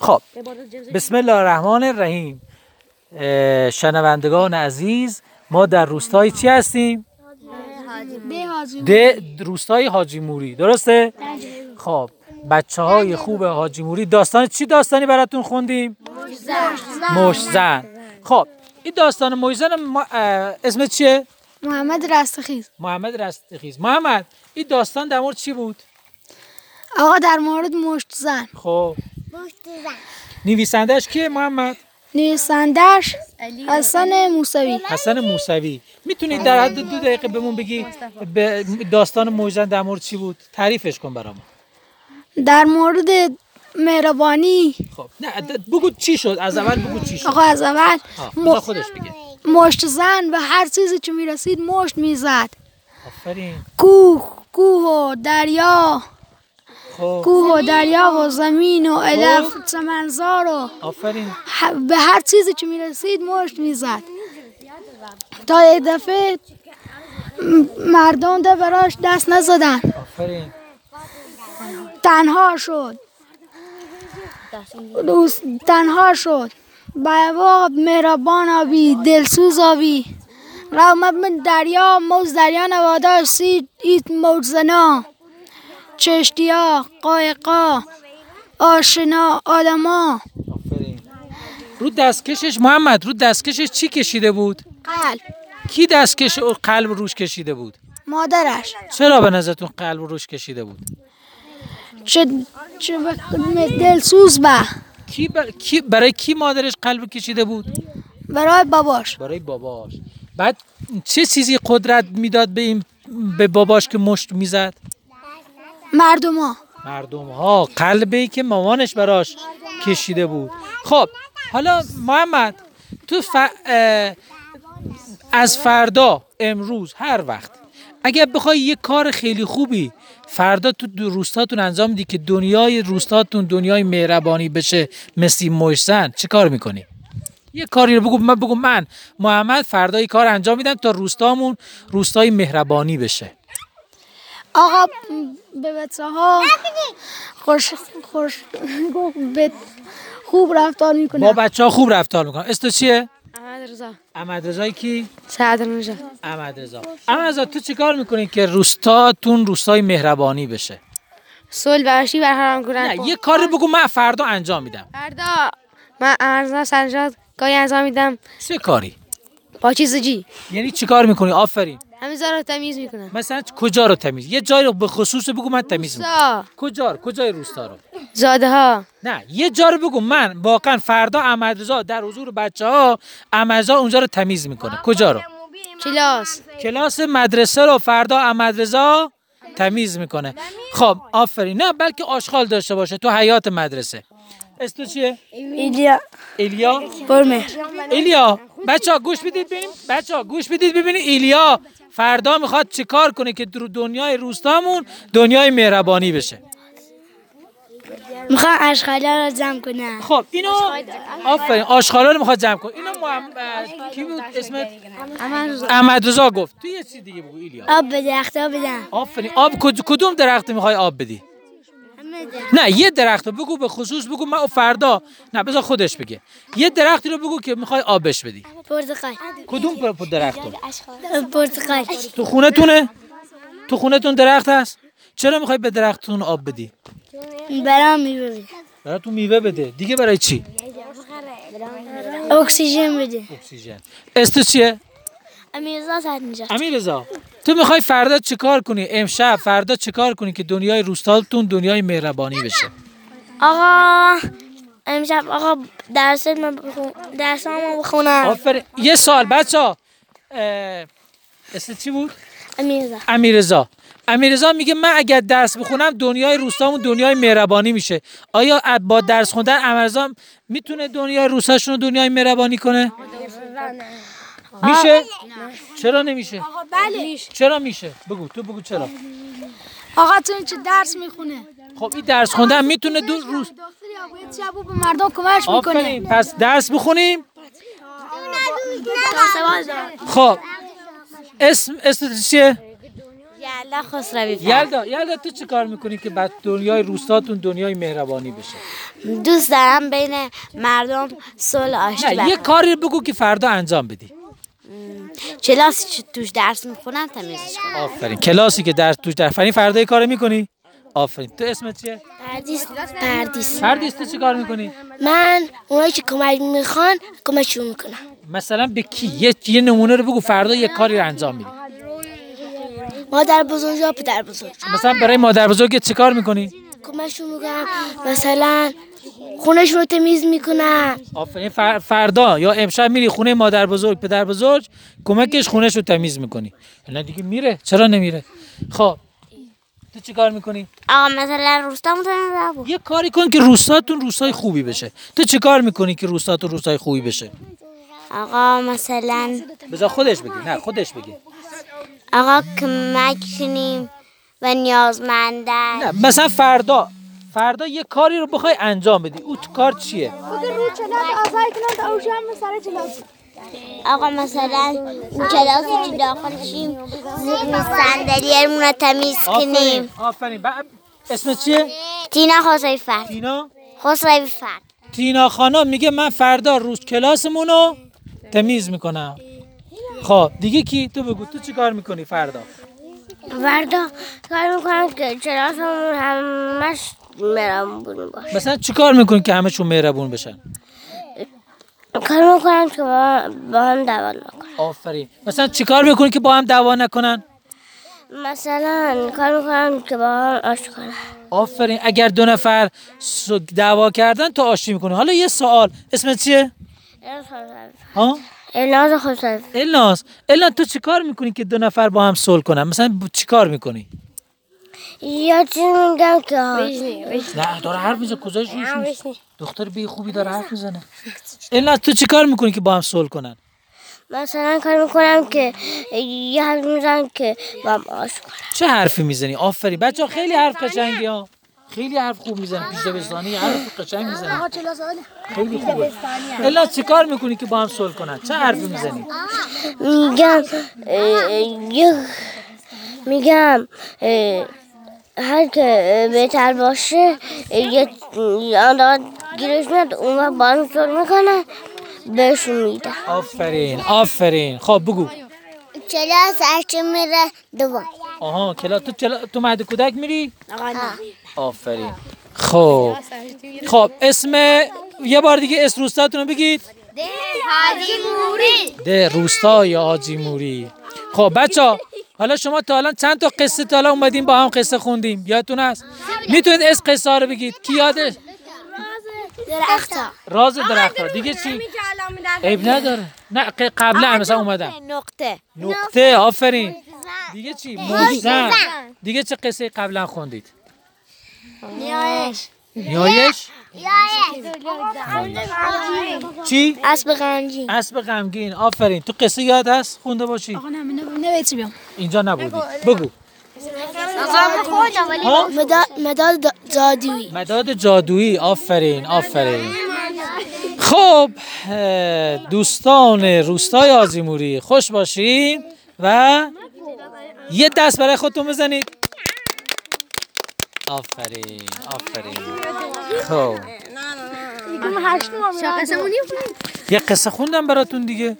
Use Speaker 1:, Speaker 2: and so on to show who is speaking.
Speaker 1: خب بسم الله الرحمن الرحیم اه، شنوندگان عزیز ما در روستای چی هستیم؟
Speaker 2: به حاجی
Speaker 1: ده روستای حاجی موری درسته؟ خب بچه های خوب حاجی موری داستان چی داستانی براتون خوندیم؟ مشزن خب این داستان مشزن ما اه، اسم چیه؟
Speaker 2: محمد رستخیز
Speaker 1: محمد رستخیز محمد این داستان در مورد چی بود؟
Speaker 2: آقا در مورد مشت زن
Speaker 1: خب نویسندش کیه محمد؟
Speaker 2: نویسندش حسن موسوی
Speaker 1: حسن موسوی میتونید در حد دو دقیقه بهمون بگی به داستان موجزن در مورد چی بود تعریفش کن برام
Speaker 2: در مورد مهربانی
Speaker 1: خب نه د- بگو چی شد از اول بگو چی شد
Speaker 2: آقا از اول
Speaker 1: آه، بذار
Speaker 2: م-
Speaker 1: خودش بگه
Speaker 2: مشت زن و هر چیزی که میرسید مشت میزد
Speaker 1: آفرین
Speaker 2: کوه کوه و دریا
Speaker 1: خب
Speaker 2: کوه و دریا و زمین و علف چمنزار و
Speaker 1: آفرین
Speaker 2: ه- به هر چیزی که میرسید مشت میزد تا یک دفعه م- مردم ده براش دست نزدن
Speaker 1: آفرین
Speaker 2: تنها شد دوست تنها شد بابا مهربان آبی دلسوز آبی را من دریا موز دریا نوادا سید ایت موج زنا چشتیا قایقا آشنا آدما
Speaker 1: آفرین رو دستکشش محمد رو دستکشش چی کشیده بود
Speaker 2: قلب
Speaker 1: کی دستکش و قلب روش کشیده بود
Speaker 2: مادرش
Speaker 1: چرا به نظرتون قلب روش کشیده بود
Speaker 2: چه چه بک- دلسوز به
Speaker 1: کی, بر... کی برای کی مادرش قلب کشیده بود
Speaker 2: برای باباش
Speaker 1: برای باباش بعد چه چیزی قدرت میداد به این به باباش که مشت میزد
Speaker 2: مردما
Speaker 1: مردم ها قلبی که مامانش براش کشیده بود خب حالا محمد تو ف... اه، از فردا امروز هر وقت اگر بخوای یه کار خیلی خوبی فردا تو دو- روستاتون انجام بدی که دنیای روستاتون دنیای مهربانی بشه مثل مشتن چه کار میکنی؟ یه کاری رو بگو من بگو من محمد فردا یه کار انجام میدم تا روستامون روستای مهربانی بشه
Speaker 2: آقا به بچه ها خوش خوش گفت به- خوب رفتار
Speaker 1: با
Speaker 2: میکنه
Speaker 1: بچه ها خوب رفتار میکنم اسم تو چیه؟
Speaker 3: احمد رضا
Speaker 1: احمد رضای کی؟
Speaker 3: سعد نژاد
Speaker 1: احمد رضا احمد رضا تو چیکار میکنی که روستاتون روستای مهربانی بشه
Speaker 3: صلح و آشتی برقرار کنند
Speaker 1: نه یه کاری بگو من فردا انجام میدم
Speaker 3: فردا من ارزنا سنجاد گاهی انجام میدم
Speaker 1: چه کاری
Speaker 3: با چیز جی
Speaker 1: یعنی چیکار میکنی آفرین
Speaker 3: همه جا رو تمیز میکنم
Speaker 1: مثلا کجا رو تمیز یه جایی رو به خصوص بگو من تمیز میکنم
Speaker 3: سا
Speaker 1: کجا رو؟ کجای روستا رو
Speaker 3: زاده ها
Speaker 1: نه یه جا رو بگو من واقعا فردا احمد رضا در حضور بچه ها احمد رضا اونجا رو تمیز میکنه کجا رو
Speaker 3: کلاس
Speaker 1: کلاس مدرسه رو فردا احمد رضا تمیز میکنه خب آفرین نه بلکه آشغال داشته باشه تو حیات مدرسه اسم تو چیه
Speaker 2: ایلیا
Speaker 1: ایلیا
Speaker 2: برمهر
Speaker 1: ایلیا بچه ها گوش بدید ببین بچه ها گوش بدید ببینید ایلیا فردا میخواد چیکار کنه که در دنیای روستامون دنیای مهربانی بشه
Speaker 2: میخوام اشغالا رو جمع کنم
Speaker 1: خب اینو آفرین آشغالا رو میخواد جمع کن اینو محمد کی بود اسمت احمد رضا گفت تو یه چیز دیگه بگو ایلیا
Speaker 2: آب به درختا بدم
Speaker 1: آفرین آب کد- کدوم درخت میخوای آب بدی نه یه درخت رو بگو به خصوص بگو من فردا نه بذار خودش بگه یه درختی رو بگو که میخوای آبش بدی
Speaker 2: پرتقال
Speaker 1: کدوم پر- پر درخت رو؟
Speaker 2: پرتقال
Speaker 1: تو خونتونه تو خونتون درخت هست چرا میخوای به درختتون آب بدی
Speaker 2: برام میبرم
Speaker 1: برای تو میوه بده دیگه برای چی
Speaker 2: اکسیژن بده
Speaker 1: اکسیژن استو چیه
Speaker 2: امیرزا سعد نجات
Speaker 1: امیرزا تو میخوای فردا چیکار کنی امشب فردا چیکار کنی که دنیای روستاتون دنیای مهربانی بشه
Speaker 4: آقا امشب آقا درس من بخون- درس ما بخونم
Speaker 1: آفرین یه سال بچه ها اسم چی بود؟
Speaker 4: امیرزا
Speaker 1: امیرزا امیرزا میگه من اگر درس بخونم دنیای روستامون دنیای مهربانی میشه آیا ا- با درس خوندن امیرزا میتونه دنیای روستاشون رو دنیای مهربانی کنه میشه چرا نمیشه
Speaker 2: بله
Speaker 1: چرا میشه بگو تو بگو چرا
Speaker 2: آقا تو چه درس میخونه
Speaker 1: خب این درس خوندن میتونه دو روز
Speaker 2: دکتری آقای چبو به مردم کمک میکنه
Speaker 1: آفرین پس درس بخونیم خب اسم اسم چیه
Speaker 4: یلا خسروی فر
Speaker 1: یلدا یلدا تو چه کار میکنی که بعد دنیای روستاتون دنیای مهربانی بشه
Speaker 4: دوست دارم بین مردم صلح آشتی
Speaker 1: نه یه کاری بگو که فردا انجام بدی
Speaker 4: کلاسی که توش درس میخونم تمیزش کنم
Speaker 1: آفرین کلاسی که در توش در فرین فردا یه کار میکنی آفرین تو اسمت چیه
Speaker 4: پردیس پردیس
Speaker 1: فردیس تو چه کار میکنی
Speaker 4: من اونایی که کمک میخوان کمکشون میکنم
Speaker 1: مثلا به کی یه, یه نمونه رو بگو فردا یه کاری رو انجام میدی
Speaker 4: مادر بزرگ یا پدر بزرگ
Speaker 1: مثلا برای مادر بزرگ چه کار میکنی
Speaker 4: کمکشون میکنم مثلا خونشون رو تمیز میکنم
Speaker 1: آفرین فر- فردا یا امشب میری خونه مادر بزرگ پدر بزرگ کمکش خونش رو تمیز میکنی نه دیگه میره چرا نمیره خب تو چه کار میکنی
Speaker 4: آقا مثلا روستا میتونم
Speaker 1: یه کاری کن که روستاتون روستای خوبی بشه تو چه کار میکنی که روستاتون روستای خوبی بشه
Speaker 4: آقا مثلا
Speaker 1: بذار خودش بگی نه خودش بگی
Speaker 4: آقا کمک کنیم و نیازمندن
Speaker 1: نه مثلا فردا فردا یه کاری رو بخوای انجام بدی اون کار چیه
Speaker 4: آقا مثلا اون کلاسی که داخلشیم صندلیمون رو تمیز
Speaker 1: آفرین
Speaker 4: کنیم
Speaker 1: آفرین بعد اسم چیه
Speaker 4: تینا خسروی فرد
Speaker 1: تینا
Speaker 4: خسروی فرد
Speaker 1: تینا خانم میگه من فردا روز کلاسمون رو تمیز میکنم خب دیگه کی تو بگو تو چی کار میکنی فردا
Speaker 4: فردا کار میکنم که کلاسمون همش مرام بون باشه
Speaker 1: مثلا چی کار میکنی که همشون مهربون بشن
Speaker 4: کار میکنم که با, با هم دوال میکنم
Speaker 1: آفرین مثلا چی کار میکنی که با هم دعوا نکنن
Speaker 4: مثلا کار میکنم که با هم عشق کنم
Speaker 1: آفرین اگر دو نفر س- دعوا کردن تو آشتی میکنه حالا یه سوال اسمت چیه ها
Speaker 4: الناز خسروی
Speaker 1: الناس الان تو چیکار میکنی که دو نفر با هم صلح کنن مثلا چیکار میکنی
Speaker 4: یا چی میگم که
Speaker 1: نه داره حرف میزنه کجاش نیست دختر بی خوبی داره حرف میزنه الناس تو چیکار میکنی که با هم صلح کنن
Speaker 4: مثلا کار میکنم که یه حرف میزنم که با هم عشق کنم
Speaker 1: چه حرفی میزنی آفرین بچه خیلی حرف قشنگی ها خیلی حرف خوب میزنه پیش دبستانی حرف قشنگ میزنه خیلی خوبه الان چیکار میکنی که با هم صلح کنن چه حرفی میزنی
Speaker 4: میگم اه، اه، یه- میگم اه، هر که اه، بهتر باشه اه، یه یه آدم گیرش میاد اون وقت با هم سر میکنه بهشون میدم
Speaker 1: آفرین آفرین خب بگو
Speaker 4: کلاس هرچه میره دوم
Speaker 1: آها کلا تو کلا تو مهد کودک میری آفرین خب خب اسم یه بار دیگه اسم روستاتون رو بگید ده روستای حاجی موری خب بچه حالا شما تا الان چند تا قصه تا الان اومدیم با هم قصه خوندیم یادتون هست میتونید اسم قصه ها رو بگید کی یادش
Speaker 4: درختا
Speaker 1: راز درخت دیگه چی عیب نداره نه ق- قبلا هم مثلا اومدم
Speaker 4: نقطه
Speaker 1: نقطه آفرین دیگه چی موزن دیگه چه قصه قبلا خوندید
Speaker 4: نیایش
Speaker 1: نیایش چی
Speaker 4: اسب غمگین
Speaker 1: اسب غمگین آفرین تو قصه یاد هست خونده باشی اینجا نبودی بگو ها؟
Speaker 4: مداد مداد جادویی
Speaker 1: مداد جادویی آفرین آفرین خب اه، دوستان روستای آزیموری خوش باشین و یه دست برای خودتون بزنید آفرین آفرین خب یه قصه خوندم براتون دیگه